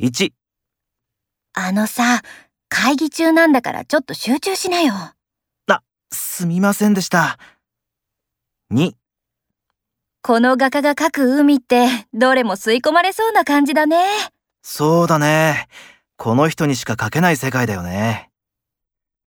1、あのさ、会議中なんだからちょっと集中しなよ。すみませんでした。2、この画家が描く海って、どれも吸い込まれそうな感じだね。そうだね。この人にしか描けない世界だよね。